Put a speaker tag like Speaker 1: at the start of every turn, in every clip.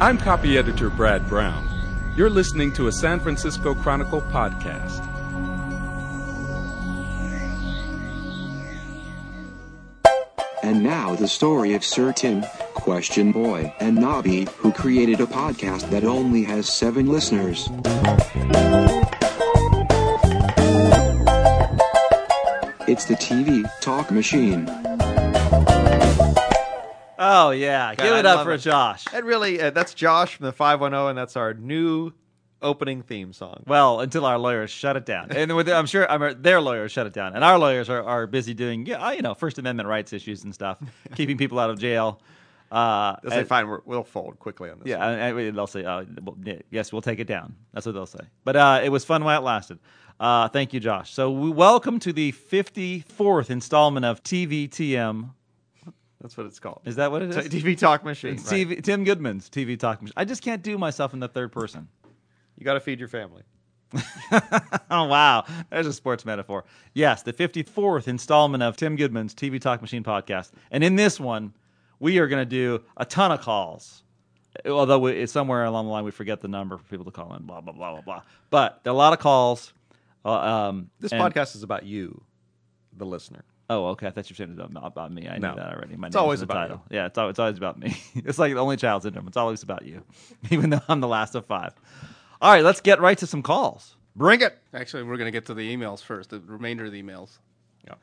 Speaker 1: I'm copy editor Brad Brown. You're listening to a San Francisco Chronicle podcast.
Speaker 2: And now the story of Sir Tim, Question Boy, and Nobby, who created a podcast that only has seven listeners. It's the TV Talk Machine.
Speaker 3: Oh yeah, give
Speaker 4: I
Speaker 3: it up
Speaker 4: love
Speaker 3: for
Speaker 4: it.
Speaker 3: Josh.
Speaker 4: That really, uh, that's Josh from the 510, and that's our new opening theme song.
Speaker 3: Well, until our lawyers shut it down, and with, I'm sure I'm, their lawyers shut it down, and our lawyers are, are busy doing yeah, uh, you know First Amendment rights issues and stuff, keeping people out of jail. Uh,
Speaker 4: They'll say,
Speaker 3: and-
Speaker 4: fine, we're, we'll fold quickly on this.
Speaker 3: Yeah,
Speaker 4: one."
Speaker 3: and, and they'll say, uh, well, yeah, "Yes, we'll take it down." That's what they'll say. But uh, it was fun while it lasted. Uh, thank you, Josh. So we welcome to the fifty-fourth installment of TVTM.
Speaker 4: That's what it's called.
Speaker 3: Is that what it
Speaker 4: It's a
Speaker 3: is?
Speaker 4: TV Talk Machine.
Speaker 3: It's
Speaker 4: right.
Speaker 3: TV, Tim Goodman's TV Talk. Machine. I just can't do myself in the third person.
Speaker 4: You got to feed your family.
Speaker 3: Oh wow, there's a sports metaphor. Yes, the 54th installment of Tim Goodman's TV Talk Machine podcast, and in this one, we are going to do a ton of calls. Although we, it's somewhere along the line we forget the number for people to call in, blah blah blah blah blah. But there are a lot of calls. Uh, um,
Speaker 4: This
Speaker 3: and-
Speaker 4: podcast is about you, the listener.
Speaker 3: Oh, okay. I thought you were saying it was about, about me. I knew
Speaker 4: No.
Speaker 3: that already. My name's
Speaker 4: It's
Speaker 3: in
Speaker 4: always
Speaker 3: the
Speaker 4: about
Speaker 3: title. Yeah, it's always, it's always about me. it's like the only child syndrome. It's always about you, even though I'm the last of five. All right, let's get right to some calls.
Speaker 4: Bring it.
Speaker 5: Actually, we're going to get to the emails first, the remainder of the emails.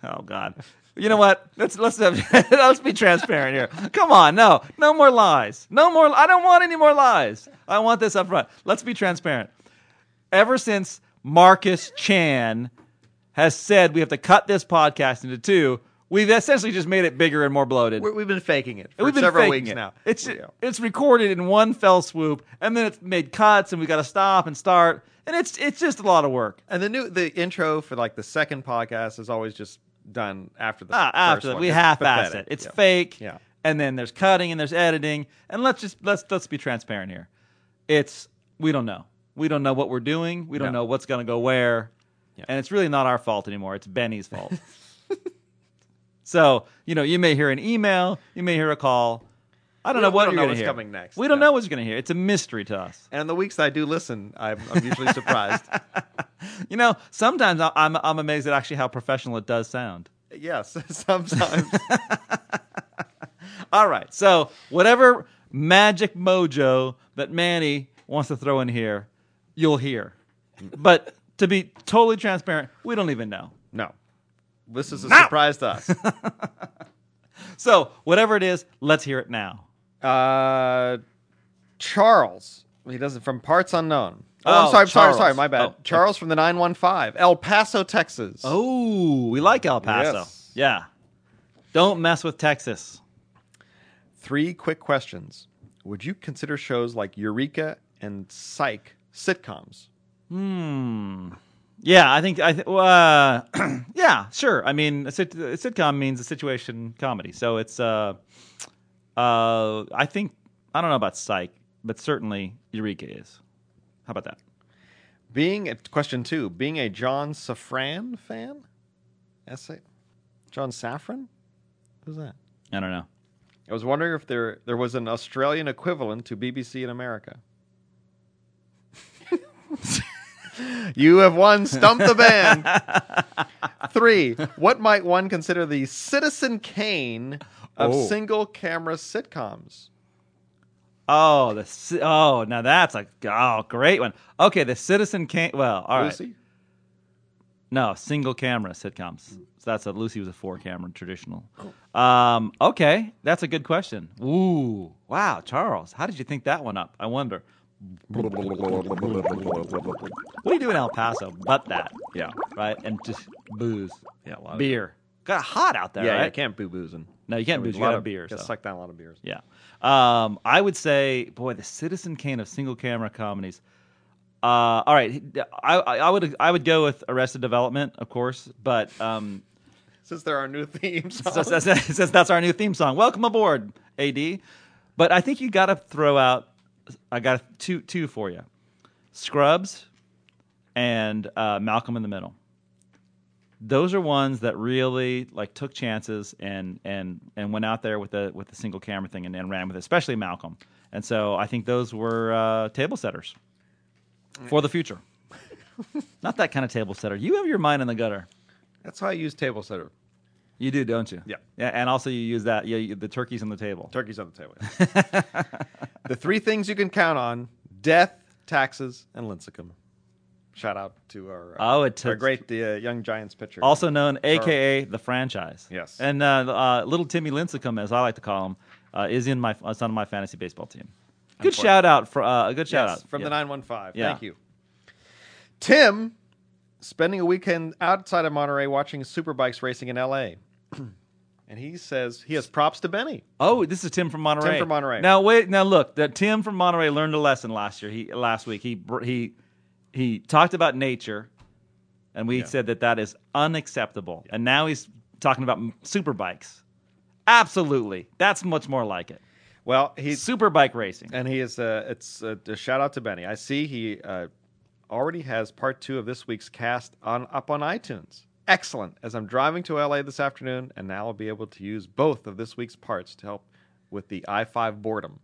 Speaker 3: Oh God! You know what? Let's let's have, let's be transparent here. Come on, no, no more lies. No more. I don't want any more lies. I want this up front. Let's be transparent. Ever since Marcus Chan has said we have to cut this podcast into two, we've essentially just made it bigger and more bloated.
Speaker 4: We're, we've been faking it for
Speaker 3: And we've been
Speaker 4: several
Speaker 3: faking
Speaker 4: weeks
Speaker 3: it.
Speaker 4: now.
Speaker 3: It's
Speaker 4: Yeah.
Speaker 3: it's recorded in one fell swoop, and then it's made cuts, and we got to stop and start, and it's it's just a lot of work.
Speaker 4: and the new the intro for like the second podcast is always just done after the
Speaker 3: Ah,
Speaker 4: first
Speaker 3: after that,
Speaker 4: one.
Speaker 3: we
Speaker 4: It's
Speaker 3: half-assed it.
Speaker 4: pathetic.
Speaker 3: It's
Speaker 4: Yeah.
Speaker 3: fake.
Speaker 4: Yeah.
Speaker 3: And then there's cutting and there's editing. And let's just let's let's be transparent here. It's we don't know. We don't know what we're doing. We don't
Speaker 4: No.
Speaker 3: know what's going to go where. And it's really not our fault anymore. It's Benny's fault. so you know, you may hear an email, you may hear a call. I don't
Speaker 4: We
Speaker 3: know
Speaker 4: don't-
Speaker 3: what
Speaker 4: we don't
Speaker 3: you're
Speaker 4: know
Speaker 3: gonna
Speaker 4: what's
Speaker 3: hear.
Speaker 4: coming next.
Speaker 3: We don't
Speaker 4: No.
Speaker 3: know what you're going to hear. It's a mystery to us.
Speaker 4: And the weeks that I do listen, I'm, I'm usually surprised.
Speaker 3: You know, sometimes I- I'm I'm amazed at actually how professional it does sound.
Speaker 4: yes, sometimes.
Speaker 3: All right. So whatever magic mojo that Manny wants to throw in here, you'll hear. But to be totally transparent, we don't even know.
Speaker 4: No. This is a surprise to us.
Speaker 3: So whatever it is, let's hear it now.
Speaker 4: Uh, Charles. He doesn't from parts unknown. Oh,
Speaker 3: Oh,
Speaker 4: I'm sorry, I'm sorry,
Speaker 3: Charles.
Speaker 4: sorry. My bad.
Speaker 3: Oh, okay.
Speaker 4: Charles from the 915, El Paso, Texas.
Speaker 3: Oh, we like El Paso.
Speaker 4: Yes.
Speaker 3: Yeah. Don't mess with Texas.
Speaker 4: Three quick questions. Would you consider shows like Eureka and Psych sitcoms?
Speaker 3: Yeah, I think I th- uh, yeah, sure. I mean, a, sit- a sitcom means a situation comedy, so it's uh, uh, I think I don't know about Psych, but certainly Eureka is. How about that?
Speaker 4: Being question two, being a John Safran fan? Essay? John Safran? Who's that?
Speaker 3: I don't know.
Speaker 4: I was wondering if there there was an Australian equivalent to BBC in America. you have won Stump the Band. Three. What might one consider the Citizen Kane of
Speaker 3: Oh.
Speaker 4: single camera sitcoms?
Speaker 3: Oh, the ci- oh, now that's a oh great one. Okay, the Citizen Kane. Well, all right,
Speaker 4: Lucy?
Speaker 3: no single camera sitcoms. So that's a Lucy was a four camera traditional. Um, okay, that's a good question. Ooh, wow, Charles, how did you think that one up? I wonder. What do you do in El Paso but that? Yeah. Right? And just booze. Yeah,
Speaker 4: a lot of-
Speaker 3: Beer. Got hot out there,
Speaker 4: Yeah,
Speaker 3: right?
Speaker 4: you can't boo boozing.
Speaker 3: No, you can't booze. You got a beer.
Speaker 4: Just
Speaker 3: so.
Speaker 4: suck down a lot of beers.
Speaker 3: Yeah. Um, I would say, boy, the Citizen Kane of single camera comedies. Uh, all right, I, I, I would I would go with Arrested Development, of course, but um,
Speaker 4: Since there are new themes.
Speaker 3: since, since- since that's our new theme song, welcome aboard, AD. But I think you got to throw out. I got two two for you, Scrubs, and uh, Malcolm in the Middle. Those are ones that really like took chances and and and went out there with the with the single camera thing and, and ran with it, especially Malcolm. And so I think those were uh, table setters for the future. Not that kind of table setter. You have your mind in the gutter.
Speaker 4: That's how I use table setter.
Speaker 3: You do, don't you?
Speaker 4: Yeah.
Speaker 3: Yeah, and also you use that. Yeah, you, the turkey's on the table.
Speaker 4: Turkey's on the table. the three things you can count on: death, taxes, and Lincecum. Shout out to our uh,
Speaker 3: Oh, it
Speaker 4: our
Speaker 3: took-
Speaker 4: great uh, young Giants pitcher.
Speaker 3: also known aka the franchise.
Speaker 4: Yes.
Speaker 3: And uh, uh, little Timmy Lincecum, as I like to call him, uh, is in my is on my fantasy baseball team. Good shout out for uh, a good shout
Speaker 4: Yes,
Speaker 3: out
Speaker 4: from
Speaker 3: Yeah.
Speaker 4: the 915.
Speaker 3: Yeah.
Speaker 4: Thank you. Tim spending a weekend outside of Monterey watching superbikes racing in LA. and he says he has props to Benny.
Speaker 3: Oh, this is Tim from Monterey.
Speaker 4: from Monterey.
Speaker 3: Now wait, now look, that Tim from Monterey learned a lesson last year. He last week he br- he he talked about nature, and we said that that is unacceptable. And now he's talking about m- super bikes. Absolutely, that's much more like it.
Speaker 4: Well, he
Speaker 3: Super bike racing.
Speaker 4: and he is uh, it's uh, a shout out to Benny. I see he uh, already has part 2 of this week's cast on up on iTunes. Excellent. As I'm driving to LA this afternoon and now I'll be able to use both of this week's parts to help with the I5 boredom.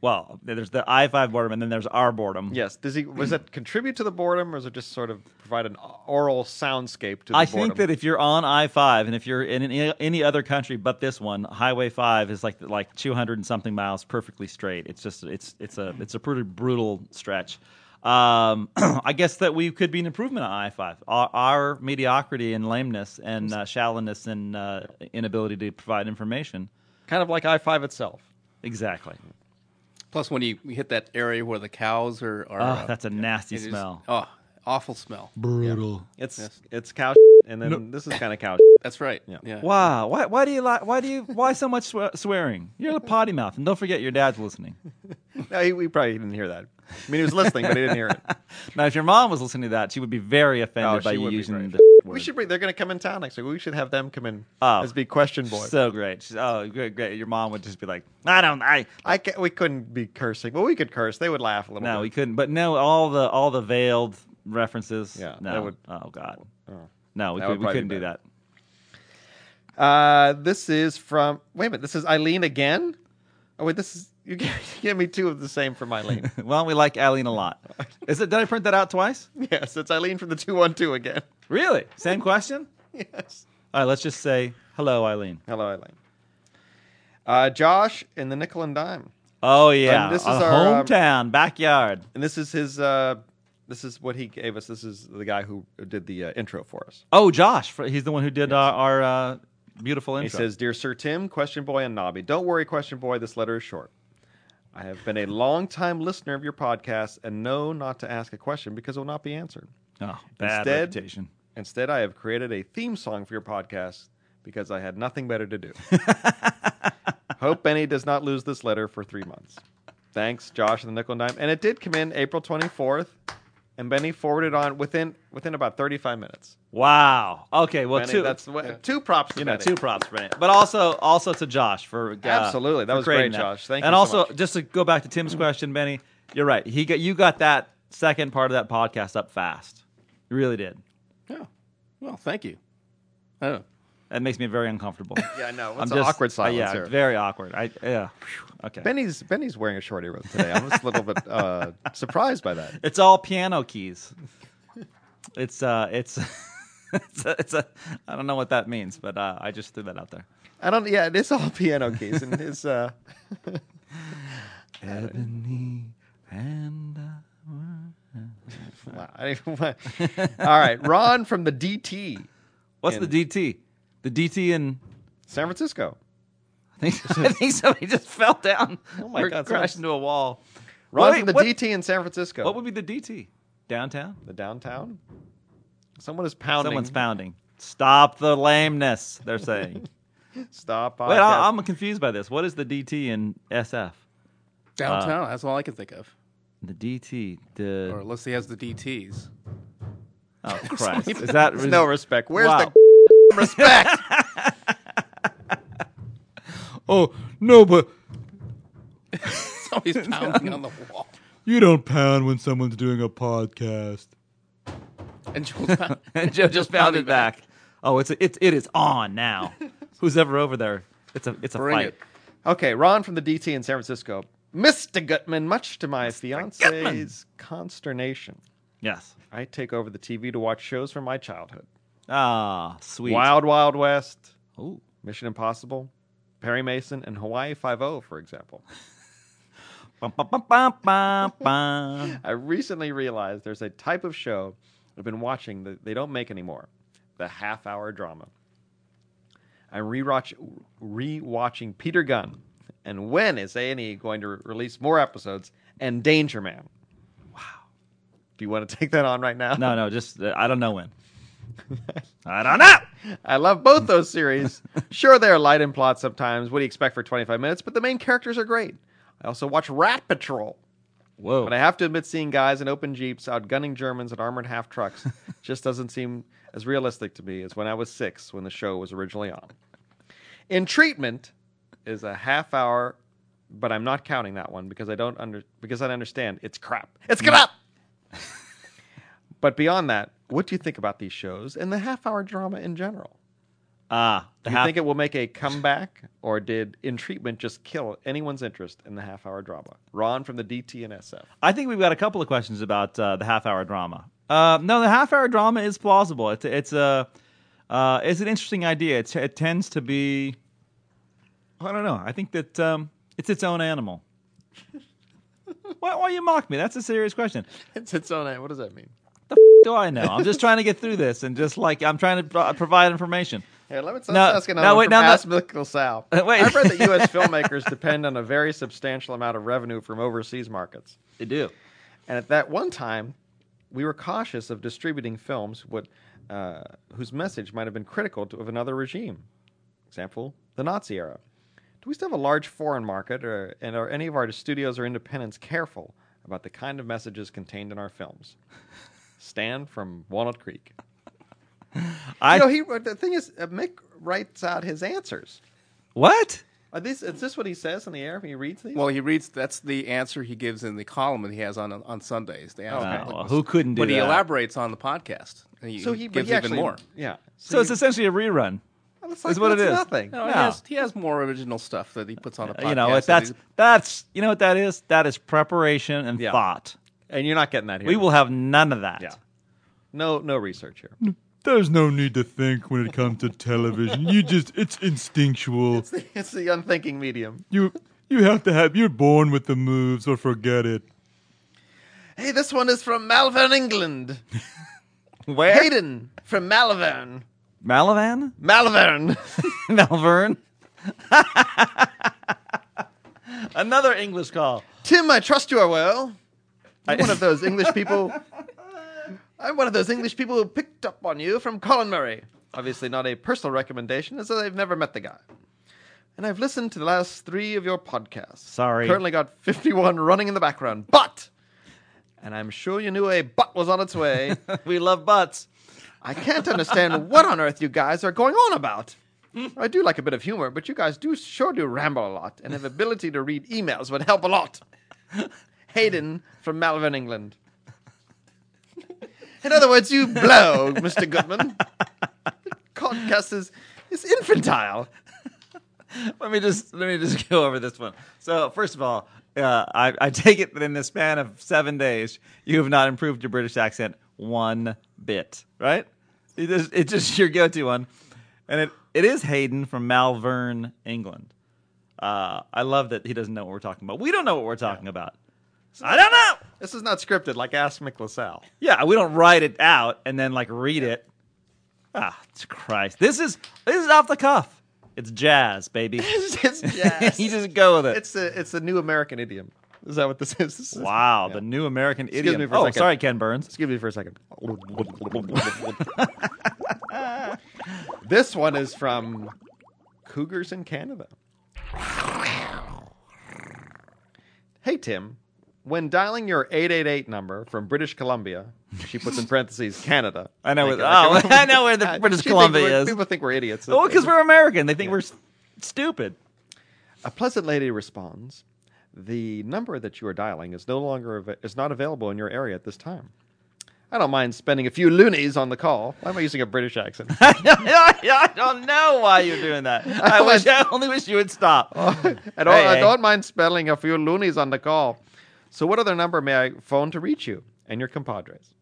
Speaker 3: Well, there's the I five boredom, and then there's our boredom.
Speaker 4: Yes. Does he was that contribute to the boredom, or is it just sort of provide an oral soundscape to the
Speaker 3: I
Speaker 4: boredom?
Speaker 3: think that if you're on I five and if you're in any, any other country but this one, Highway five is like like 200 and something miles perfectly straight. It's just it's it's a it's a pretty brutal stretch. Um, I guess that we could be an improvement on I five. Our, our mediocrity and lameness and uh, shallowness and uh, inability to provide information.
Speaker 4: kind of like I five itself.
Speaker 3: Exactly.
Speaker 5: Plus, when you you hit that area where the cows are, are
Speaker 3: Oh,
Speaker 5: uh,
Speaker 3: that's a nasty
Speaker 5: it is-
Speaker 3: smell.
Speaker 5: Oh, awful smell.
Speaker 4: It's it's cow and then this is kind of cow.
Speaker 5: That's right.
Speaker 4: Yeah.
Speaker 3: Wow. Why, why do you like? Why do you? Why so much swe- swearing? You're a potty mouth, and don't forget your dad's listening.
Speaker 4: no, he, we probably didn't hear that. I mean, he was listening, but he didn't hear it.
Speaker 3: Now, if your mom was listening to that, she would be very offended
Speaker 4: Oh,
Speaker 3: by
Speaker 4: she
Speaker 3: you
Speaker 4: would be
Speaker 3: using
Speaker 4: very
Speaker 3: the
Speaker 4: We should bring. They're going to come in town next week. We should have them come in
Speaker 3: Oh.
Speaker 4: as be question boy.
Speaker 3: So great. She's, oh, great, great. Your mom would just be like, I don't, I.
Speaker 4: I ca we couldn't be cursing. Well, we could curse. They would laugh a little.
Speaker 3: No, we
Speaker 4: bit.
Speaker 3: couldn't. But no, all the all the veiled references.
Speaker 4: Yeah,
Speaker 3: No.
Speaker 4: that would-
Speaker 3: oh God. no, we,
Speaker 4: that
Speaker 3: could,
Speaker 4: would
Speaker 3: we
Speaker 4: probably
Speaker 3: couldn't
Speaker 4: be
Speaker 3: do that.
Speaker 4: better. Uh, this is from. Wait a minute. This is Eileen again. Oh wait, this is you. gave- you Gave me two of the same from Eileen.
Speaker 3: Well, we like Eileen a lot. Is it? Did I print that out twice?
Speaker 4: yes, it's Eileen from the two one two again.
Speaker 3: Really? Same question?
Speaker 4: Yes.
Speaker 3: All right. Let's just say hello, Eileen.
Speaker 4: Hello, Eileen. Uh, Josh in the nickel and dime,
Speaker 3: Oh yeah.
Speaker 4: And this is
Speaker 3: Our
Speaker 4: our, um,
Speaker 3: hometown backyard.
Speaker 4: and this is his. Uh, this is what he gave us. This is the guy who did the uh, intro for us.
Speaker 3: Oh, Josh. fr- He's the one who did our, our uh, beautiful intro.
Speaker 4: He says, "Dear Sir Tim, Question Boy, and Nobby, don't worry, Question Boy. This letter is short. I have been a long-time listener of your podcast and know not to ask a question because it will not be answered.
Speaker 3: oh, bad
Speaker 4: instead-
Speaker 3: reputation.
Speaker 4: Instead, I have created a theme song for your podcast because I had nothing better to do. Hope Benny does not lose this letter for three months. Thanks, Josh and the Nickel and Dime. And it did come in April 24th, and Benny forwarded on within within about 35 minutes.
Speaker 3: Wow. Okay. Well,
Speaker 4: Benny,
Speaker 3: two.
Speaker 4: that's what, two props to
Speaker 3: you know,
Speaker 4: Benny.
Speaker 3: two props for it. But also, also to Josh for uh,
Speaker 4: Absolutely. That
Speaker 3: for
Speaker 4: was great,
Speaker 3: creating
Speaker 4: Josh. Thank
Speaker 3: and
Speaker 4: you so
Speaker 3: also,
Speaker 4: much.
Speaker 3: just to go back to Tim's question, Benny, you're right. He got you got that second part of that podcast up fast. You really did.
Speaker 5: Yeah. Well, thank you.
Speaker 3: Uh.
Speaker 5: Oh,
Speaker 3: That makes me very uncomfortable.
Speaker 4: Yeah, no,
Speaker 3: I'm
Speaker 4: it's an
Speaker 3: just-
Speaker 4: awkward
Speaker 3: uh,
Speaker 4: silence
Speaker 3: yeah,
Speaker 4: here.
Speaker 3: very awkward. I yeah. Phew. Okay.
Speaker 4: Benny's Benny's wearing a short robe today. I'm just a little bit uh, surprised by that.
Speaker 3: It's all piano keys. It's uh, it's. It's a, it's a, I don't know what that means, but uh, I just threw that out there.
Speaker 4: I don't. Yeah, it is all piano keys, and it's uh,
Speaker 3: Ebony and
Speaker 4: wow. I don't even want- all right. Ron from the DT,
Speaker 3: what's
Speaker 4: In-
Speaker 3: the DT? The DT in
Speaker 4: San Francisco.
Speaker 3: I think, I think somebody just fell down oh
Speaker 4: my
Speaker 3: or
Speaker 4: God,
Speaker 3: crashed
Speaker 4: someone's-
Speaker 3: into a wall.
Speaker 4: Ron
Speaker 3: Wait,
Speaker 4: from the
Speaker 3: what,
Speaker 4: DT in San Francisco.
Speaker 3: What would be the DT? Downtown?
Speaker 4: the downtown? Someone is pounding.
Speaker 3: Someone's pounding. Stop the lameness, they're saying.
Speaker 4: Stop.
Speaker 3: Wait,
Speaker 4: podcast.
Speaker 3: I, I'm confused by this. What is the DT in SF?
Speaker 5: downtown. that's all I can think of.
Speaker 3: The DT,
Speaker 5: Or
Speaker 3: the
Speaker 5: unless he has the DTs.
Speaker 3: oh Christ, is that
Speaker 4: There's no respect. Where's
Speaker 3: Wow.
Speaker 4: the respect?
Speaker 6: Oh, no, but
Speaker 5: Somebody's pounding on the wall.
Speaker 6: you don't pound when someone's doing a podcast.
Speaker 5: And Joel's pound-
Speaker 3: and Joe just found it back. Oh, it's a, it's it is on now. Who's ever over there? It's a it's a
Speaker 5: Bring
Speaker 3: fight.
Speaker 5: it.
Speaker 4: okay, Ron from the DT in San Francisco. Mr. Gutman, much to my fiance's consternation,
Speaker 3: Yes.
Speaker 4: I take over the TV to watch shows from my childhood
Speaker 3: Ah, sweet.
Speaker 4: Wild Wild West,
Speaker 3: Ooh.
Speaker 4: Mission Impossible, Perry Mason, and Hawaii Five-O, for example.
Speaker 3: Bum, bum, bum, bum, bum, bum.
Speaker 4: I recently realized there's a type of show I've been watching that they don't make anymore the half hour drama. I'm rewatch, rewatching Peter Gunn. And when is A&E going to re- release more episodes and Danger Man? Wow. Do you want to take that on right now?
Speaker 3: No, no, just uh, I don't know when. I don't know.
Speaker 4: I love both those series. sure, they are light in plot sometimes. What do you expect for 25 minutes? But the main characters are great. I also watch Rat Patrol.
Speaker 3: Whoa.
Speaker 4: But I have to admit, seeing guys in open jeeps outgunning Germans and armored half trucks just doesn't seem as realistic to me as when I was six when the show was originally on. In treatment is a half hour, but I'm not counting that one because I don't under because I understand it's crap. It's crap. but beyond that, what do you think about these shows and the half hour drama in general?
Speaker 3: ah, the
Speaker 4: Do you
Speaker 3: half-
Speaker 4: think it will make a comeback, or did in treatment just kill anyone's interest in the half hour drama? Ron from the DT and SF.
Speaker 3: I think we've got a couple of questions about uh, the half-hour drama. Uh, no, the half-hour drama is plausible. It's it's a uh, it's an interesting idea. It's, it tends to be, I don't know. I think that um, it's its own animal. why, why you mock me? That's a serious question.
Speaker 4: It's its own. What does that mean?
Speaker 3: Do I know? I'm just trying to get through this, and just like I'm trying to pro- provide information.
Speaker 4: Here, let me let's
Speaker 3: No,
Speaker 4: ask another
Speaker 3: no,
Speaker 4: one
Speaker 3: wait,
Speaker 4: from
Speaker 3: no, no.
Speaker 4: Ask Biblical Sal.
Speaker 3: Uh, wait.
Speaker 4: I've read that U.S. filmmakers depend on a very substantial amount of revenue from overseas markets.
Speaker 3: They do.
Speaker 4: And at that one time, we were cautious of distributing films what, uh, whose message might have been critical to, of another regime. Example, the Nazi era. Do we still have a large foreign market, or, and are any of our studios or independents careful about the kind of messages contained in our films? Stan from Walnut Creek.
Speaker 3: I
Speaker 4: you know, he, the thing is, uh, Mick writes out his answers.
Speaker 3: what?
Speaker 4: Are these, is this what he says in the air when he reads these?
Speaker 5: Well, he reads. That's the answer he gives in the column that he has on on Sundays. The answer.
Speaker 3: Oh, well, who couldn't do
Speaker 5: But he
Speaker 3: that?
Speaker 5: elaborates on the podcast. He,
Speaker 4: so
Speaker 5: he
Speaker 4: he, but
Speaker 5: gives
Speaker 4: he
Speaker 5: even
Speaker 4: actually-
Speaker 5: more.
Speaker 4: Yeah.
Speaker 3: So it's essentially a rerun.
Speaker 4: it's
Speaker 3: is what it
Speaker 4: that's
Speaker 3: is.
Speaker 4: Nothing.
Speaker 5: No, He,
Speaker 3: Yeah.
Speaker 5: has, he has more original stuff that he puts on the podcast.
Speaker 3: you know what?
Speaker 5: that
Speaker 3: That's
Speaker 5: he-
Speaker 3: that's you know what that is. That is preparation and
Speaker 4: Yeah.
Speaker 3: thought.
Speaker 4: And you're not getting that here.
Speaker 3: We will have none of that.
Speaker 4: Yeah. No, no research here.
Speaker 6: There's no need to think when it comes to television. You just it's instinctual.
Speaker 4: it's the unthinking medium.
Speaker 6: You you have to have you're born with the moves or forget it.
Speaker 4: Hey, this one is from Malvern, England.
Speaker 3: Where
Speaker 4: Hayden from Malvern.
Speaker 3: Malavan,
Speaker 4: Malvern.
Speaker 3: Malvern. Another English call.
Speaker 4: Tim, I trust you are well. I'm one of those English people. I'm one of those English people who picked up on you from Colin Murray. Obviously, not a personal recommendation, as I've never met the guy. And I've listened to the last three of your podcasts.
Speaker 3: Sorry.
Speaker 4: Currently got 51 running in the background. But, and I'm sure you knew a butt was on its way.
Speaker 3: We love butts.
Speaker 4: I can't understand what on earth you guys are going on about. I do like a bit of humor, but you guys do sure do ramble a lot, and have ability to read emails would help a lot. Hayden from Malvern, England. In other words, you blow, Mr. Goodman. Podcast is, is infantile.
Speaker 3: Let me just let me just go over this one. So first of all, uh, I, I take it that in the span of seven days, you have not improved your British accent one bit, right? It is, it's just your go-to one, and it, it is Hayden from Malvern, England. Uh, I love that he doesn't know what we're talking about. We don't know what we're talking about. I don't know.
Speaker 4: This is not scripted like Ask Mick LaSalle.
Speaker 3: Yeah, we don't write it out and then like read it. Ah, Christ! This is this is off the cuff. It's jazz, baby.
Speaker 4: It's just jazz.
Speaker 3: you just go with it.
Speaker 4: It's a, it's a new American idiom. Is that what this is? This is-
Speaker 3: Wow,
Speaker 4: yeah.
Speaker 3: the new American idiom.
Speaker 4: me for a
Speaker 3: oh,
Speaker 4: second.
Speaker 3: sorry, Ken Burns.
Speaker 4: Excuse me for a second. this one is from Cougars in Canada. Hey, Tim. When dialing your 888 number from British Columbia, she puts in parentheses Canada.
Speaker 3: I know.
Speaker 4: Like,
Speaker 3: Where,
Speaker 4: like,
Speaker 3: oh, I know where the
Speaker 4: uh,
Speaker 3: British
Speaker 4: she thinks we're-
Speaker 3: Columbia is.
Speaker 4: People think we're idiots.
Speaker 3: Oh, because we're American. They think we're s- stupid.
Speaker 4: A pleasant lady responds, "The number that you are dialing is no longer av- is not available in your area at this time. I don't mind spending a few loonies on the call. Why am I using a British accent?
Speaker 3: I don't know why you're doing that. I wish. I only wish you would stop.
Speaker 4: I don't,
Speaker 3: Hey,
Speaker 4: I
Speaker 3: hey.
Speaker 4: don't mind spelling a few loonies on the call. So, what other number may I phone to reach you and your compadres?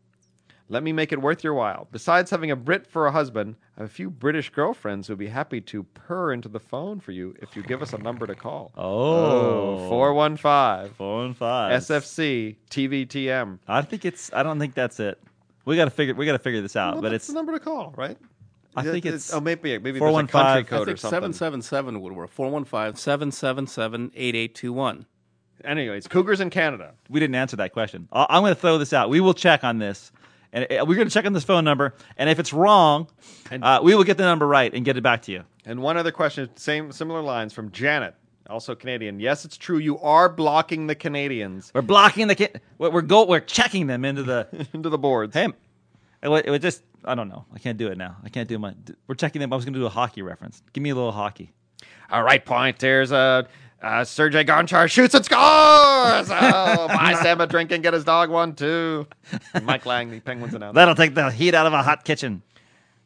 Speaker 4: Let me make it worth your while. Besides having a Brit for a husband, I have a few British girlfriends who'd be happy to purr into the phone for you if you give us a number to call.
Speaker 3: Oh.
Speaker 4: 415
Speaker 3: Four and five.
Speaker 4: SFC TVTM.
Speaker 3: I think it's. I don't think that's it. We gotta figure. We gotta figure this out.
Speaker 4: Well,
Speaker 3: but
Speaker 4: that's
Speaker 3: it's.
Speaker 4: the number to call, right?
Speaker 3: I
Speaker 4: Yeah,
Speaker 3: think
Speaker 4: it-
Speaker 3: it's
Speaker 4: oh maybe maybe there's a
Speaker 3: 415
Speaker 4: country
Speaker 3: I
Speaker 5: I
Speaker 4: code or
Speaker 5: think
Speaker 4: something.
Speaker 5: seven seven seven would work. Four one five seven seven seven eight eight two one.
Speaker 4: Anyways, Cougars in Canada.
Speaker 3: we didn't answer that question. I- I'm going to throw this out. We will check on this, and uh, we're going to check on this phone number. And if it's wrong, uh, we will get the number right and get it back to you.
Speaker 4: And one other question, same similar lines from Janet, also Canadian. Yes, it's true. You are blocking the Canadians
Speaker 3: We're blocking the. Ca- we're we're, go- we're checking them into the.
Speaker 4: into the boards.
Speaker 3: hey, it wa- it was just. I don't know. I can't do it now. I can't do my. d- We're checking them. I was going to do a hockey reference. Give me a little hockey.
Speaker 4: All right, point. There's a. Uh, Sergei Gonchar shoots and scores. Oh, buy Sam a drink and get his dog one too. And Mike Lang, the Penguins announcer.
Speaker 3: That'll take the heat out of a hot kitchen.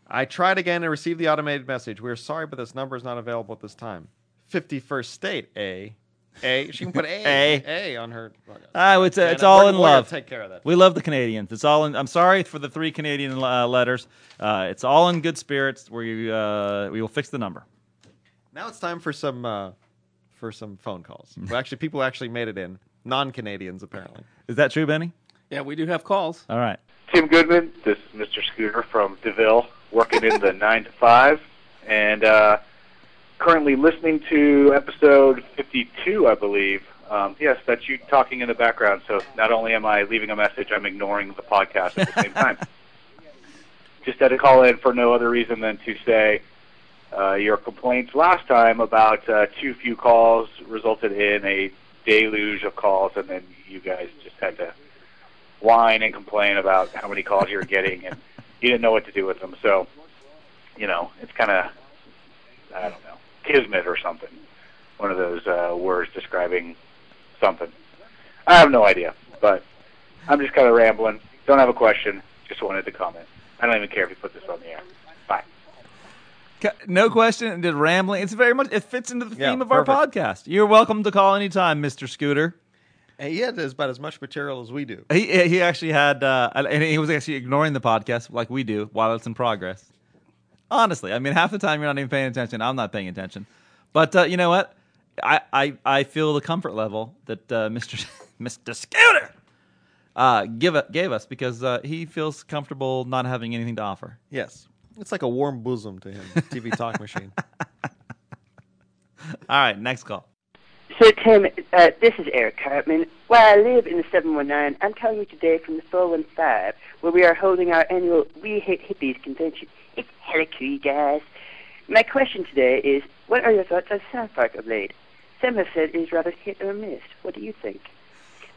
Speaker 4: I tried again and received the automated message. We are sorry, but this number is not available at this time. Fifty-first state, a, a. She can put a,
Speaker 3: A.
Speaker 4: a on her.
Speaker 3: Oh, it's, uh, it's
Speaker 4: Janet,
Speaker 3: all
Speaker 4: we're-
Speaker 3: in
Speaker 4: we're gonna
Speaker 3: love.
Speaker 4: Take care of that.
Speaker 3: We love the Canadians. It's all in. I'm sorry for the three Canadian uh, letters. Uh, it's all in good spirits. We uh, we will fix the number.
Speaker 4: Now it's time for some uh, for some phone calls. well, actually, people actually made it in. Non-Canadians apparently.
Speaker 3: Is that true, Benny?
Speaker 5: Yeah, we do have calls.
Speaker 3: All right.
Speaker 7: Tim Goodman. This is Mr. Scooter from DeVille, working in the 9 to 5, and uh, currently listening to episode 52, I believe. Um, yes, that's you talking in the background, so not only am I leaving a message, I'm ignoring the podcast at the same time. Just had to call in for no other reason than to say uh, your complaints last time about uh, too few calls resulted in a deluge of calls, and then you guys just had to whine and complain about how many calls you were getting, and you didn't know what to do with them. So, you know, it's kind of, I don't know, kismet or something. One of those uh, words describing something. I have no idea, but I'm just kind of rambling. Don't have a question. Just wanted to comment. I don't even care if you put this on the air. Bye.
Speaker 3: Ca- No question. Did rambling. It's very much. It fits into the theme
Speaker 4: Yeah,
Speaker 3: of our
Speaker 4: perfect.
Speaker 3: podcast. You're welcome to call anytime, Mister Scooter.
Speaker 4: And he had about as much material as we do.
Speaker 3: He he actually had, uh, and he was actually ignoring the podcast like we do while it's in progress. Honestly, I mean, half the time you're not even paying attention. I'm not paying attention, but uh, you know what? I, I I feel the comfort level that uh, Mister Mister Scooter uh, give it, gave us because uh, he feels comfortable not having anything to offer.
Speaker 4: Yes, it's like a warm bosom to him. TV talk machine.
Speaker 3: All right, next call.
Speaker 8: So, Tim, uh, this is Eric Cartman. While I live in the 719, I'm calling you today from the 415, where we are holding our annual We Hate Hippies convention. It's hella cool, you guys. My question today is, what are your thoughts on South Park of late? Some have said it is rather hit or miss. What do you think?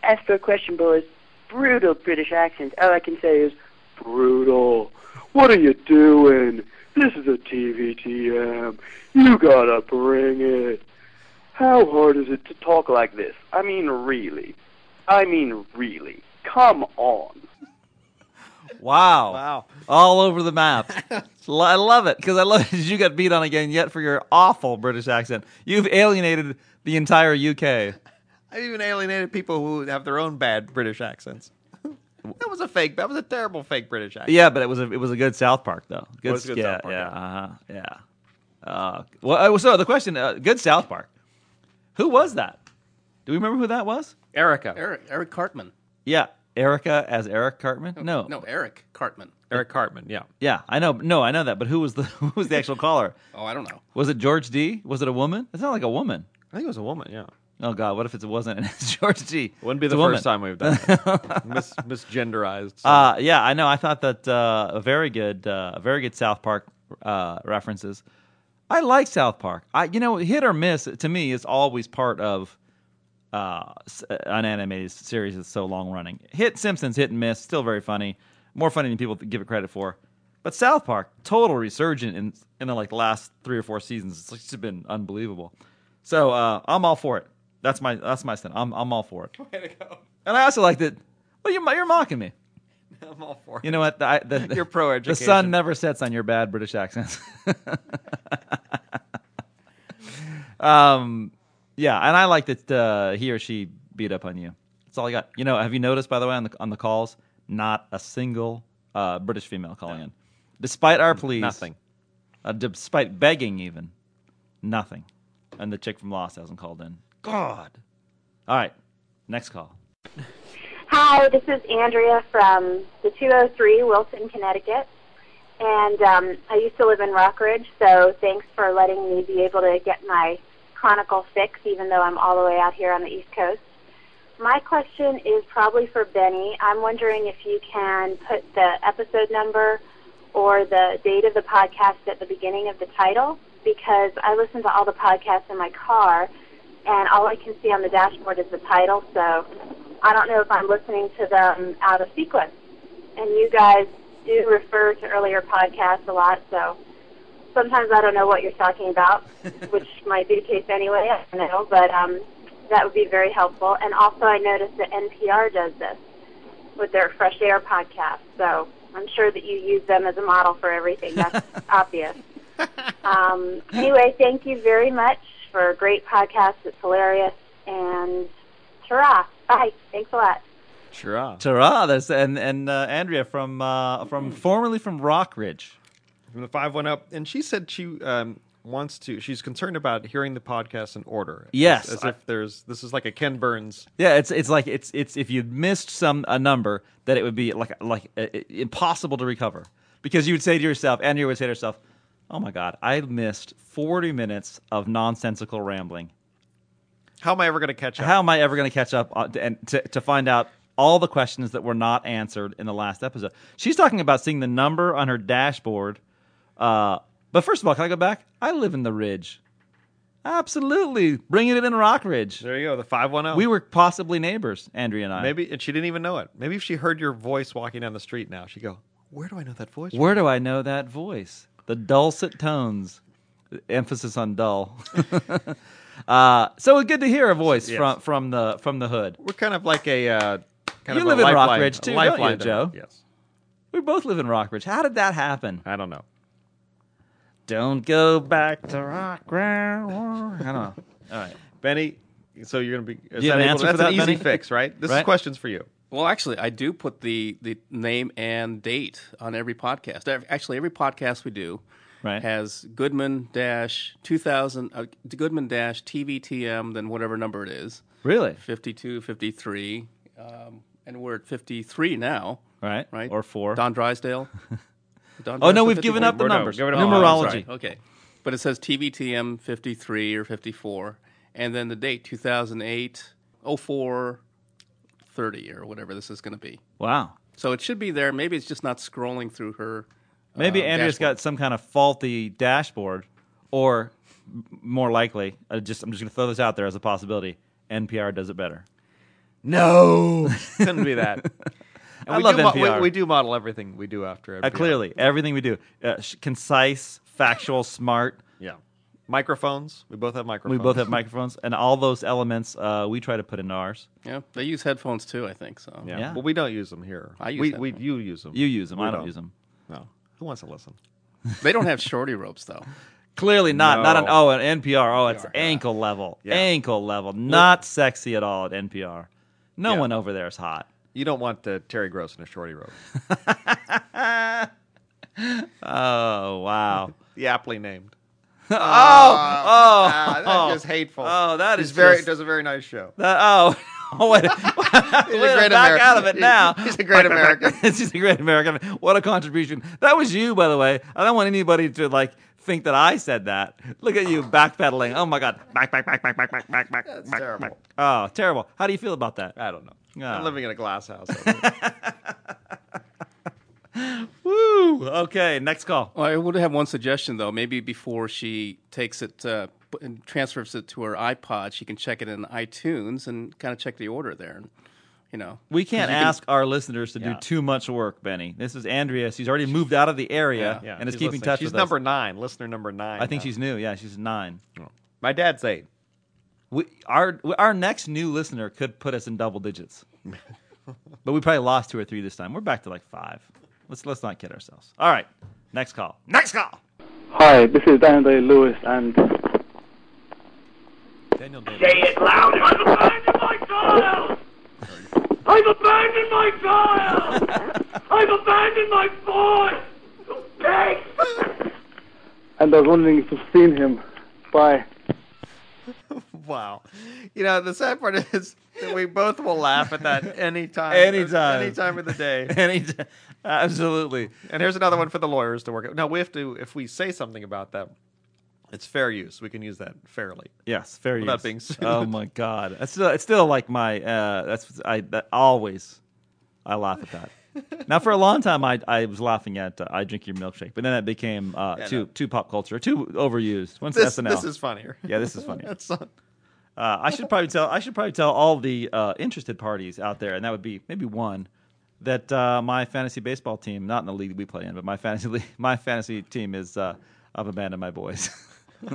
Speaker 8: As for a question, boys, brutal British accent. All I can say is, brutal. What are you doing? This is a TVTM. You gotta bring it. How hard is it to talk like this? I mean, really. I mean, really. Come on.
Speaker 3: Wow.
Speaker 4: Wow.
Speaker 3: All over the map. Lo- I love it because I love it. You got beat on again yet for your awful British accent. You've alienated the entire UK.
Speaker 4: I've even alienated people who have their own bad British accents. that was a fake. That was a terrible fake British accent.
Speaker 3: Yeah, but it was a it was a good South Park though. Good,
Speaker 4: was a good
Speaker 3: yeah,
Speaker 4: South Park,
Speaker 3: yeah,
Speaker 4: yeah.
Speaker 3: uh-huh, yeah. Uh, well, uh, so the question: uh, Good South Park. Who was that? Do we remember who that was?
Speaker 4: Erica.
Speaker 5: Eric Eric Cartman.
Speaker 3: Yeah, Erica as Eric Cartman. No,
Speaker 5: No, Eric Cartman.
Speaker 4: Eric Cartman. Yeah.
Speaker 3: Yeah, I know. No, I know that. But who was the who was the actual caller?
Speaker 5: Oh, I don't know.
Speaker 3: Was it George D? Was it a woman? It's not like a woman.
Speaker 4: I think it was a woman. Yeah.
Speaker 3: Oh God, what if it wasn't? And it's George G.
Speaker 4: Wouldn't be
Speaker 3: It's
Speaker 4: the
Speaker 3: a woman.
Speaker 4: first time we've done that. Mis- misgenderized.
Speaker 3: Uh, yeah, I know. I thought that uh, a very good, uh, a very good South Park uh, references. I like South Park. I, you know, hit or miss to me is always part of uh, s- an animated series that's so long running. Hit Simpsons, hit and miss, still very funny, more funny than people give it credit for. But South Park, total resurgent in in the like last three or four seasons. It's just been unbelievable. So uh, I'm all for it. That's my that's my stand. I'm I'm all for it. And I also like that. Well, you're you're mocking me.
Speaker 4: I'm all for it.
Speaker 3: You know what? The, I- the, the-
Speaker 4: You're pro
Speaker 3: The
Speaker 4: education.
Speaker 3: sun never sets on your bad British accents. um, yeah, and I like that uh, he or she beat up on you. That's all I got. You know, have you noticed by the way on the on the calls, not a single uh, British female calling in, despite our pleas,
Speaker 4: Nothing.
Speaker 3: uh, despite begging even, nothing. And the chick from Lost hasn't called in. God. All right, next call.
Speaker 9: Hi, this is Andrea from the 203 Wilson, Connecticut. And um, I used to live in Rockridge, so thanks for letting me be able to get my Chronicle fix, even though I'm all the way out here on the East Coast. My question is probably for Benny. I'm wondering if you can put the episode number or the date of the podcast at the beginning of the title, because I listen to all the podcasts in my car, and all I can see on the dashboard is the title, so I don't know if I'm listening to them out of sequence. And you guys do refer to earlier podcasts a lot, so sometimes I don't know what you're talking about, which might be the case anyway, I don't know, but um, that would be very helpful. And also I noticed that NPR does this with their Fresh Air podcast, so I'm sure that you use them as a model for everything. That's obvious. Um, anyway, thank you very much for a great podcast. It's hilarious. And ta Bye. Thanks a lot.
Speaker 4: Sure. are.
Speaker 3: Ta-ra, that's and and uh, Andrea from uh, from formerly from Rockridge.
Speaker 4: from the five one up, and she said she um, wants to. She's concerned about hearing the podcast in order.
Speaker 3: Yes,
Speaker 4: as, as
Speaker 3: I-
Speaker 4: if there's this is like a Ken Burns.
Speaker 3: Yeah, it's it's like it's it's if you missed some a number that it would be like like uh, uh, impossible to recover because you would say to yourself, Andrea would say to herself, "Oh my God, I missed forty minutes of nonsensical rambling.
Speaker 4: How am I ever going to catch up?
Speaker 3: How am I ever going to catch up on- to- and to to find out all the questions that were not answered in the last episode?" She's talking about seeing the number on her dashboard. Uh, but first of all, can I go back? I live in the Ridge. Absolutely, bringing it in Rock Ridge.
Speaker 4: There you go. The five one zero.
Speaker 3: We were possibly neighbors, Andrea and I.
Speaker 4: maybe, and she didn't even know it. Maybe if she heard your voice walking down the street now, she'd go, "Where do I know that voice?" from?"
Speaker 3: Where do I know that voice? The dulcet tones, emphasis on dull. uh, so it's good to hear a voice
Speaker 4: Yes.
Speaker 3: from from the from the hood.
Speaker 4: We're kind of like a. Uh,
Speaker 3: You
Speaker 4: kind of a
Speaker 3: live in
Speaker 4: lifeline-
Speaker 3: Rockridge too,
Speaker 4: a
Speaker 3: don't you,
Speaker 4: lifeline to-
Speaker 3: Joe?
Speaker 4: Yes.
Speaker 3: We both live in Rockridge. How did that happen?
Speaker 4: I don't know.
Speaker 3: Don't go back to Rockridge. I don't know. All right.
Speaker 4: Benny, so you're going to be. Is
Speaker 3: You have
Speaker 4: that
Speaker 3: an
Speaker 4: able-
Speaker 3: answer for
Speaker 4: that's
Speaker 3: that,
Speaker 4: an easy
Speaker 3: Benny?
Speaker 4: fix, right? This is
Speaker 3: Right?
Speaker 4: questions for you.
Speaker 5: Well, actually, I do put the, the name and date on every podcast. Ev- Actually, every podcast we do
Speaker 3: Right.
Speaker 5: has Goodman dash 2000, uh, Goodman dash TVTM, then whatever number it is
Speaker 3: Really?
Speaker 5: 52, 53. Um, and we're at 53 now,
Speaker 3: Right.
Speaker 5: right?
Speaker 3: Or four.
Speaker 5: Don Drysdale. Don
Speaker 3: oh no,
Speaker 5: Drysdale
Speaker 3: we've given
Speaker 5: 54?
Speaker 3: up the
Speaker 4: We're no,
Speaker 3: numbers.
Speaker 4: giving up-
Speaker 3: Numerology.
Speaker 4: Oh, sorry.
Speaker 5: Okay. But it says TVTM 53 or 54, and then the date 2008 04 30 or whatever this is going to be.
Speaker 3: Wow.
Speaker 5: So it should be there. Maybe it's just not scrolling through her.
Speaker 3: Maybe
Speaker 5: uh,
Speaker 3: Andrea's
Speaker 5: dashboard.
Speaker 3: got some kind of faulty dashboard, or m- more likely, uh, just I'm just going to throw this out there as a possibility. NPR does it better.
Speaker 4: No. Couldn't be that. And
Speaker 3: I
Speaker 4: we
Speaker 3: love
Speaker 4: do mo-
Speaker 3: NPR.
Speaker 4: we, we do model everything we do after.
Speaker 3: Uh,
Speaker 4: NPR.
Speaker 3: clearly, everything we do, uh, sh- concise, factual, smart.
Speaker 4: Yeah. Microphones. We both have
Speaker 3: We
Speaker 4: microphones.
Speaker 3: both have microphones, and all those elements uh, we try to put into ours.
Speaker 5: Yeah, they use headphones too, I think. So
Speaker 4: Yeah.
Speaker 3: Yeah.
Speaker 4: Well, we don't use them here.
Speaker 5: I use
Speaker 4: we,
Speaker 5: that
Speaker 4: we
Speaker 5: one.
Speaker 4: you use them.
Speaker 3: You use them.
Speaker 4: We
Speaker 3: I don't use them.
Speaker 4: No. Who wants to listen?
Speaker 5: they don't have shorty ropes though.
Speaker 3: Clearly not. Not an oh,
Speaker 4: No.
Speaker 3: an NPR. Oh, it's ankle level. Ankle level. Not sexy at all at NPR. No
Speaker 4: Yeah.
Speaker 3: one over there is hot.
Speaker 4: You don't want uh, Terry Gross in a shorty robe.
Speaker 3: Oh wow.
Speaker 4: the aptly named.
Speaker 3: oh
Speaker 4: Ah, that's just hateful.
Speaker 3: Oh, that
Speaker 4: He's
Speaker 3: is
Speaker 4: very
Speaker 3: just-
Speaker 4: does a very nice show.
Speaker 3: that- oh. Oh, wait,
Speaker 4: He's
Speaker 3: Way to back out of it now.
Speaker 4: He's a great American.
Speaker 3: it's just a great American. What a contribution. That was you, by the way. I don't want anybody to like think that I said that. Look at you backpedaling. Oh my god. Back, back, back, back, back, back, back, back.
Speaker 4: That's terrible.
Speaker 3: Oh, terrible. How do you feel about that?
Speaker 4: I don't know.
Speaker 3: Ah.
Speaker 4: I'm living in a glass house. over here.
Speaker 3: Woo. Okay, next call.
Speaker 5: Well, I would have one suggestion though. Maybe before she takes it uh, p- and transfers it to her iPod, she can check it in iTunes and kind of check the order there. And, you know,
Speaker 3: We can't ask our listeners to do too much work, Benny. This is Andrea. She's already moved out of the area
Speaker 4: Yeah,
Speaker 3: and is
Speaker 4: she's
Speaker 3: keeping
Speaker 4: listening.
Speaker 3: touch
Speaker 4: She's
Speaker 3: with
Speaker 4: number
Speaker 3: us.
Speaker 4: nine, listener number nine.
Speaker 3: I think
Speaker 4: now.
Speaker 3: she's new. Yeah, she's 9.
Speaker 4: my dad's eight.
Speaker 3: We, our our next new listener could put us in double digits. but we probably lost two or three this time. We're back to like five. Let's let's not kid ourselves. All right, next call. Next call.
Speaker 10: Hi, this is Daniel Day Lewis, and
Speaker 4: Daniel
Speaker 11: Say it louder. I've abandoned my child. I've abandoned my child. I've abandoned my boy. You pig.
Speaker 10: and I was wondering if you've seen him. Bye.
Speaker 4: Wow. You know, the sad part is that we both will laugh at that anytime.
Speaker 3: Anytime.
Speaker 4: Any time of the day.
Speaker 3: Any, absolutely.
Speaker 4: And here's another one for the lawyers to work out. Now, we have to, if we say something about that, it's fair use. We can use that fairly.
Speaker 3: Yes, fair
Speaker 4: Without
Speaker 3: use.
Speaker 4: being sued.
Speaker 3: Oh my god, that's still, it's still like my uh, that's I that always I laugh at that. now for a long time I I was laughing at uh, I drink your milkshake, but then that became uh,
Speaker 4: Yeah,
Speaker 3: too
Speaker 4: no.
Speaker 3: too pop culture, too overused. Once
Speaker 4: This,
Speaker 3: SNL,
Speaker 4: this is funnier.
Speaker 3: yeah, this is funny. uh,
Speaker 4: That's not-
Speaker 3: I should probably tell I should probably tell all the uh, interested parties out there, and that would be maybe one. That uh, my fantasy baseball team, not in the league we play in, but my fantasy league, my fantasy team is uh, I've abandoned my boys.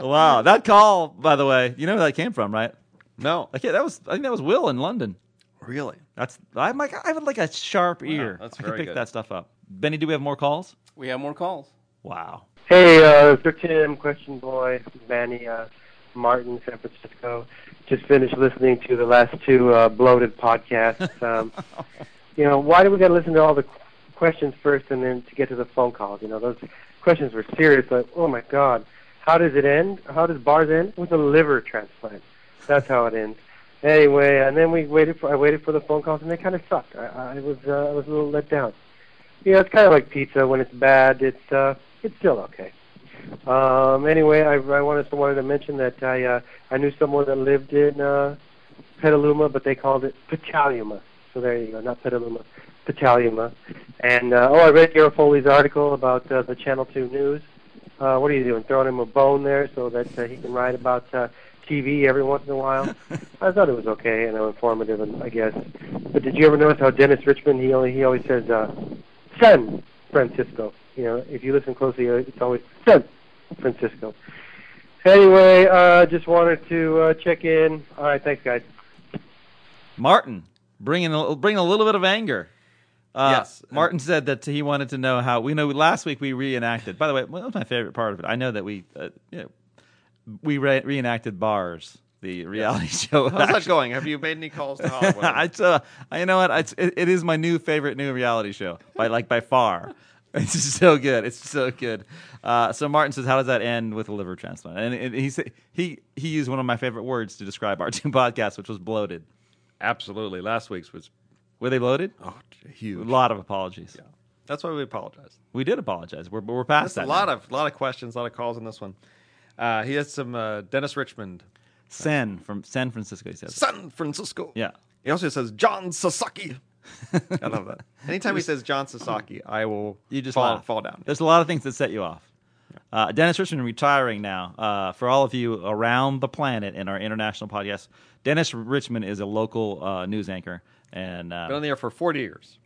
Speaker 3: Wow, that call, by the way, you know where that came from, right?
Speaker 4: no.
Speaker 3: Like, yeah, that was I think that was Will in London.
Speaker 4: Really?
Speaker 3: That's I'm like I have like a sharp ear.
Speaker 4: that's
Speaker 3: I
Speaker 4: very
Speaker 3: can pick
Speaker 4: good.
Speaker 3: that stuff up. Benny, do we have more calls?
Speaker 5: We have more calls.
Speaker 3: Wow.
Speaker 12: Hey, uh, Sir Tim, Question Boy, Manny, uh, Martin, San Francisco. Just finished listening to the last two uh, bloated podcasts. Um, you know, why do we got to listen to all the qu- questions first and then to get to the phone calls? You know, those questions were serious. Like, oh my God, how does it end? How does bars end? With a liver transplant. That's how it ends. Anyway, and then we waited for I waited for the phone calls and they kind of sucked. I, I was uh, I was a little let down. Yeah, it's kind of like pizza. When it's bad, it's uh, it's still okay. Um, anyway, I, I wanted to wanted to mention that I uh, I knew someone that lived in uh, Petaluma, but they called it Petaluma. So there you go, not Petaluma, Petaluma. And uh, oh, I read Gareth Foley's article about uh, the Channel Two News. Uh, what are you doing? Throwing him a bone there so that uh, he can write about uh, TV every once in a while. I thought it was okay and informative, and I guess. But did you ever notice how Dennis Richmond he only he always says uh, San Francisco. You know, if you listen closely, uh, it's always San Francisco. Anyway, uh, just wanted to uh, check in. All right, thanks, guys.
Speaker 3: Martin, bringing a, bringing a little bit of anger. Uh,
Speaker 4: Yes.
Speaker 3: Martin said that he wanted to know how we know last week we reenacted. By the way, well, that was my favorite part of it. I know that we uh, you know, we re- reenacted bars, the reality show.
Speaker 4: How's that going? Have you made any calls to Hollywood?
Speaker 3: I, uh, you know what? It's, it, it is my new favorite new reality show by like by far. It's just so good. It's so good. Uh, so Martin says, "How does that end with a liver transplant?" And, and he sa- he he used one of my favorite words to describe our two podcasts, which was bloated.
Speaker 4: Absolutely. Last week's was
Speaker 3: Were they bloated?
Speaker 4: oh,
Speaker 3: A
Speaker 4: huge.
Speaker 3: lot of apologies.
Speaker 4: That's why we apologize.
Speaker 3: We did apologize. We're we're past
Speaker 4: That's a
Speaker 3: that.
Speaker 4: lot
Speaker 3: now.
Speaker 4: of lot of questions, a lot of calls on this one. Uh, he has some uh, Dennis Richmond,
Speaker 3: San from San Francisco. He says,
Speaker 4: San Francisco.
Speaker 3: "Yeah,
Speaker 4: He also says John Sasaki. I love that. Anytime he says John Sasaki, I will
Speaker 3: you just
Speaker 4: fall,
Speaker 3: laugh.
Speaker 4: fall down.
Speaker 3: There's a lot of things that set you off. Uh, Dennis Richmond retiring now. Uh, for all of you around the planet in our international podcast, Dennis Richmond is a local uh, news anchor and uh,
Speaker 4: Been on the air for 40 years.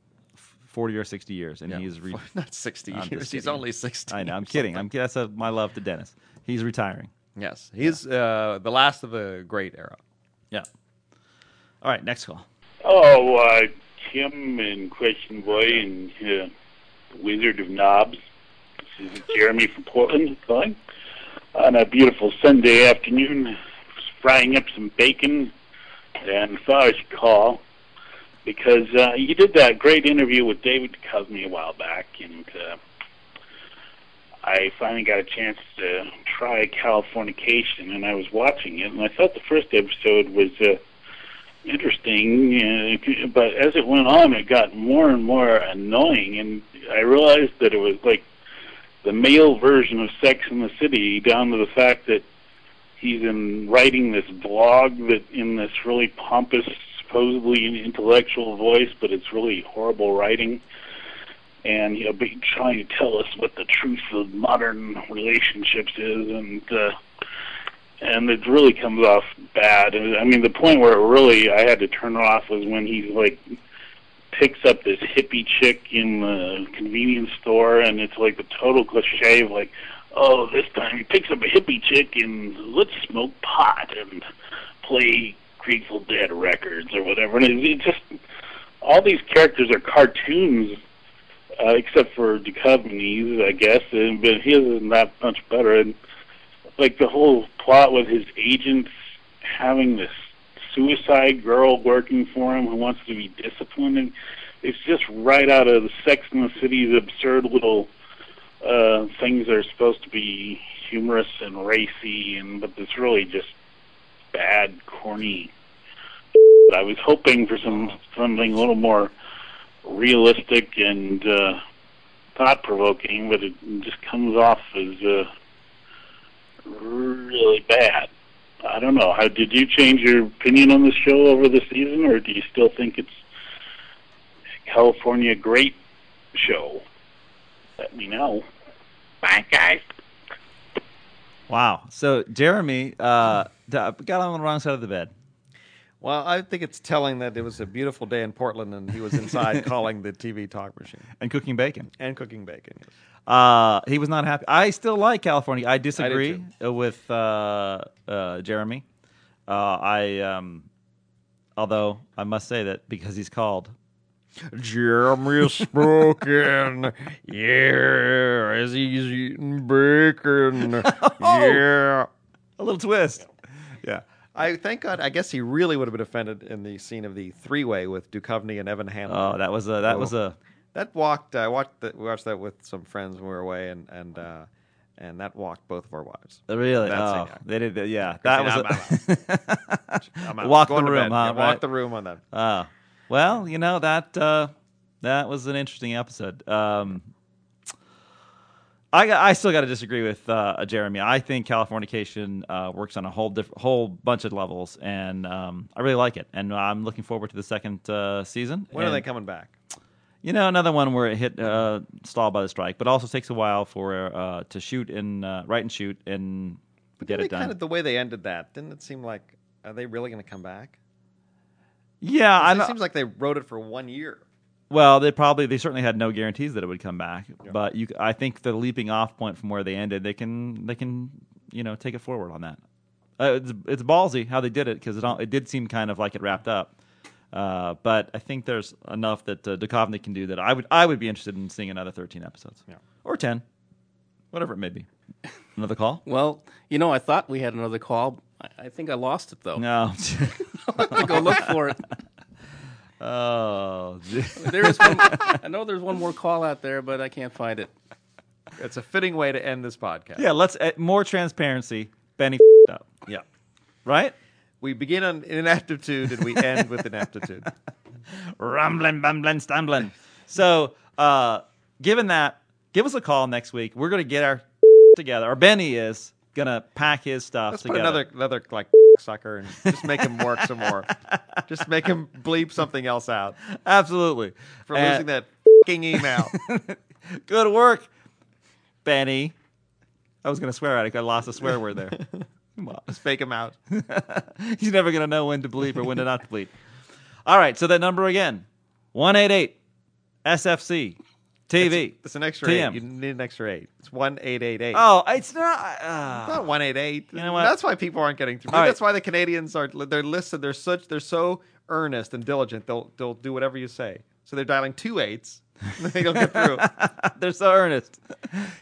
Speaker 3: 40 or 60 years, and he's re-
Speaker 4: Not 60
Speaker 3: I'm just
Speaker 4: years. He's
Speaker 3: kidding.
Speaker 4: only 60.
Speaker 3: I know. I'm kidding. I'm that's a, my love to Dennis. He's retiring.
Speaker 4: Yes. He's uh, the last of the great era.
Speaker 3: Yeah. All right. Next call.
Speaker 11: Oh, uh, Tim and Question Boy and uh, Wizard of Knobs. This is Jeremy from Portland calling on a beautiful Sunday afternoon. Just frying up some bacon and thought I should call because uh, you did that great interview with David Duchovny a while back, and uh, I finally got a chance to try Californication, and I was watching it, and I thought the first episode was. Uh, interesting, uh, but as it went on, it got more and more annoying, and I realized that it was like the male version of Sex in the City, down to the fact that he's in writing this blog that in this really pompous, supposedly intellectual voice, but it's really horrible writing. And you know, be trying to tell us what the truth of modern relationships is, and uh, and it really comes off bad. And, I mean, the point where it really I had to turn it off was when he like picks up this hippie chick in the convenience store, and it's like the total cliche of like, oh, this time he picks up a hippie chick and let's smoke pot and play Grateful Dead records or whatever. And it, it just all these characters are cartoons, uh, except for Duchovny's, I guess. And, but his is not much better. And like the whole plot with his agents having this suicide girl working for him who wants to be disciplined. And it's just right out of the Sex and the City's absurd little uh, things that are supposed to be humorous and racy, and but it's really just bad, corny. I was hoping for some something a little more realistic and uh, thought provoking, but it just comes off as uh, really bad. I don't know. How did you change your opinion on the show over the season, or do you still think it's a California great show? Let me know. Bye, guys.
Speaker 3: Wow. So Jeremy uh, d- got on the wrong side of the bed.
Speaker 4: Well, I think it's telling that it was a beautiful day in Portland and he was inside calling the TV talk machine
Speaker 3: and cooking bacon.
Speaker 4: and cooking bacon. Yes.
Speaker 3: Uh, he was not happy. I still like California. I disagree
Speaker 4: too.
Speaker 3: uh, with uh, uh, Jeremy. Uh, I, um, although I must say that because he's called
Speaker 4: Jeremy Spoken. yeah, as he's eating bacon. Yeah.
Speaker 3: A little twist.
Speaker 4: Yeah. I thank God. I guess he really would have been offended in the scene of the three-way with Duchovny and Evan Hanlon.
Speaker 3: Oh, that was a- that was a-
Speaker 4: that walked. I watched that. We watched that with some friends when we were away, and and uh, and that walked both of our wives.
Speaker 3: Really?
Speaker 4: That
Speaker 3: oh,
Speaker 4: scene, yeah.
Speaker 3: they did. That, yeah,
Speaker 4: Because,
Speaker 3: that
Speaker 4: you
Speaker 3: was
Speaker 4: know,
Speaker 3: a-
Speaker 4: I'm out. I'm out.
Speaker 3: walk the
Speaker 4: Going
Speaker 3: room,
Speaker 4: to bed.
Speaker 3: huh?
Speaker 4: Yeah, walk
Speaker 3: right?
Speaker 4: the room on that.
Speaker 3: Oh, well, you know that uh, that was an interesting episode. Um, I got- I still got to disagree with uh, Jeremy. I think Californication uh, works on a whole diff- whole bunch of levels, and um, I really like it. And I'm looking forward to the second uh, season.
Speaker 4: When are
Speaker 3: And-
Speaker 4: they coming back?
Speaker 3: you know, another one where it hit uh, stalled by the strike, but also takes a while for uh, to shoot and uh, write and shoot and get
Speaker 4: Didn't
Speaker 3: it
Speaker 4: they
Speaker 3: done.
Speaker 4: Kind of the way they ended that didn't it seem like are they really going to come back?
Speaker 3: yeah, I
Speaker 4: It
Speaker 3: know.
Speaker 4: seems like they wrote it for one year.
Speaker 3: Well, they probably they certainly had no guarantees that it would come back, but you, I think the leaping off point from where they ended, they can they can you know take it forward on that. Uh, it's it's ballsy how they did it because it all, it did seem kind of like it wrapped up, uh, but I think there's enough that uh, Duchovny can do that. I would I would be interested in seeing another 13 episodes or 10, whatever it may be. Another call?
Speaker 5: Well, you know, I thought we had another call. I, I think I lost it though.
Speaker 3: No.
Speaker 5: I have to go look for it.
Speaker 3: Oh,
Speaker 5: There is. One, I know there's one more call out there, but I can't find it.
Speaker 4: It's a fitting way to end this podcast.
Speaker 3: yeah. Let's uh, more transparency. Benny up.
Speaker 4: Yeah.
Speaker 3: Right?
Speaker 4: We begin on inaptitude and we end with inaptitude.
Speaker 3: rumbling, bumbling, stumbling. So, uh, given that, give us a call next week. We're gonna get our together. Or Benny is gonna pack his stuff
Speaker 4: Let's put
Speaker 3: together.
Speaker 4: another another like sucker and just make him work some more. Just make him bleep something else out
Speaker 3: Absolutely.
Speaker 4: for
Speaker 3: Uh,
Speaker 4: losing that fing email.
Speaker 3: Good work, Benny. I was gonna swear at it. I lost a swear word there. Come on.
Speaker 4: Just fake him out.
Speaker 3: He's never gonna know when to bleep or when to not bleep. All right. So that number again, one eight eight SFC TV.
Speaker 4: It's an extra
Speaker 3: TM.
Speaker 4: eight. You need an extra eight. It's one eight eight eight.
Speaker 3: Oh, it's not. Uh,
Speaker 4: It's not one eight eight.
Speaker 3: You know what?
Speaker 4: That's why people aren't getting through.
Speaker 3: All right.
Speaker 4: That's why the Canadians are they're listed. They're such they're so earnest and diligent. They'll they'll do whatever you say. So they're dialing two eights. they don't get through.
Speaker 3: They're so earnest.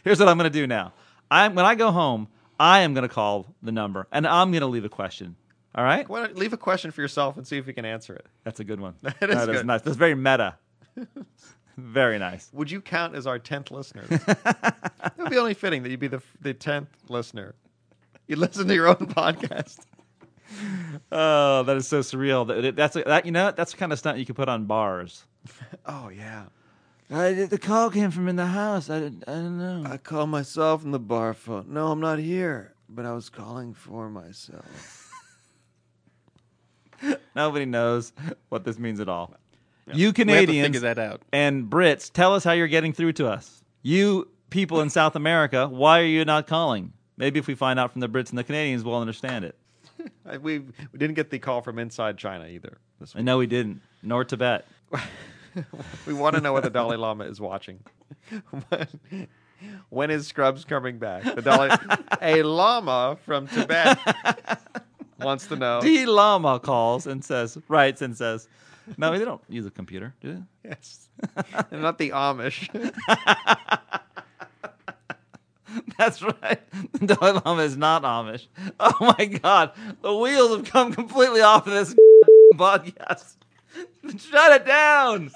Speaker 3: Here's what I'm going to do now. I'm when I go home, I am going to call the number and I'm going to leave a question. All right?
Speaker 4: Why don't- leave a question for yourself and see if you can answer it.
Speaker 3: That's a good one.
Speaker 4: That
Speaker 3: That
Speaker 4: is
Speaker 3: is
Speaker 4: good.
Speaker 3: nice. That's very meta. very nice.
Speaker 4: Would you count as our tenth listener? it would be only fitting that you'd be the the tenth listener. You listen to your own podcast.
Speaker 3: Oh, that is so surreal. That- That's that you know what? that's the kind of stunt you could put on bars.
Speaker 4: Oh yeah.
Speaker 3: the call came from in the house. I, I don't know.
Speaker 13: I called myself from the bar phone. No, I'm not here, but I was calling for myself.
Speaker 3: Nobody knows what this means at all. You
Speaker 5: We have to
Speaker 3: Canadians
Speaker 5: figure that out.
Speaker 3: and Brits, tell us how you're getting through to us. You people in South America, why are you not calling? Maybe if we find out from the Brits and the Canadians, we'll understand it.
Speaker 4: I- Uh, We we didn't get the call from inside China either. This
Speaker 3: I
Speaker 4: week.
Speaker 3: know we didn't, nor Tibet.
Speaker 4: We want to know what the Dalai Lama is watching. When- when is Scrubs coming back? The Dalai, a Lama from Tibet wants to know.
Speaker 5: Oh.
Speaker 3: D Llama calls and says, writes and says, no, they don't use a computer, do they?
Speaker 4: Yes. And not the Amish.
Speaker 3: That's right. The Dalai Lama is not Amish. Oh my God. The wheels have come completely off of this podcast. Shut it down.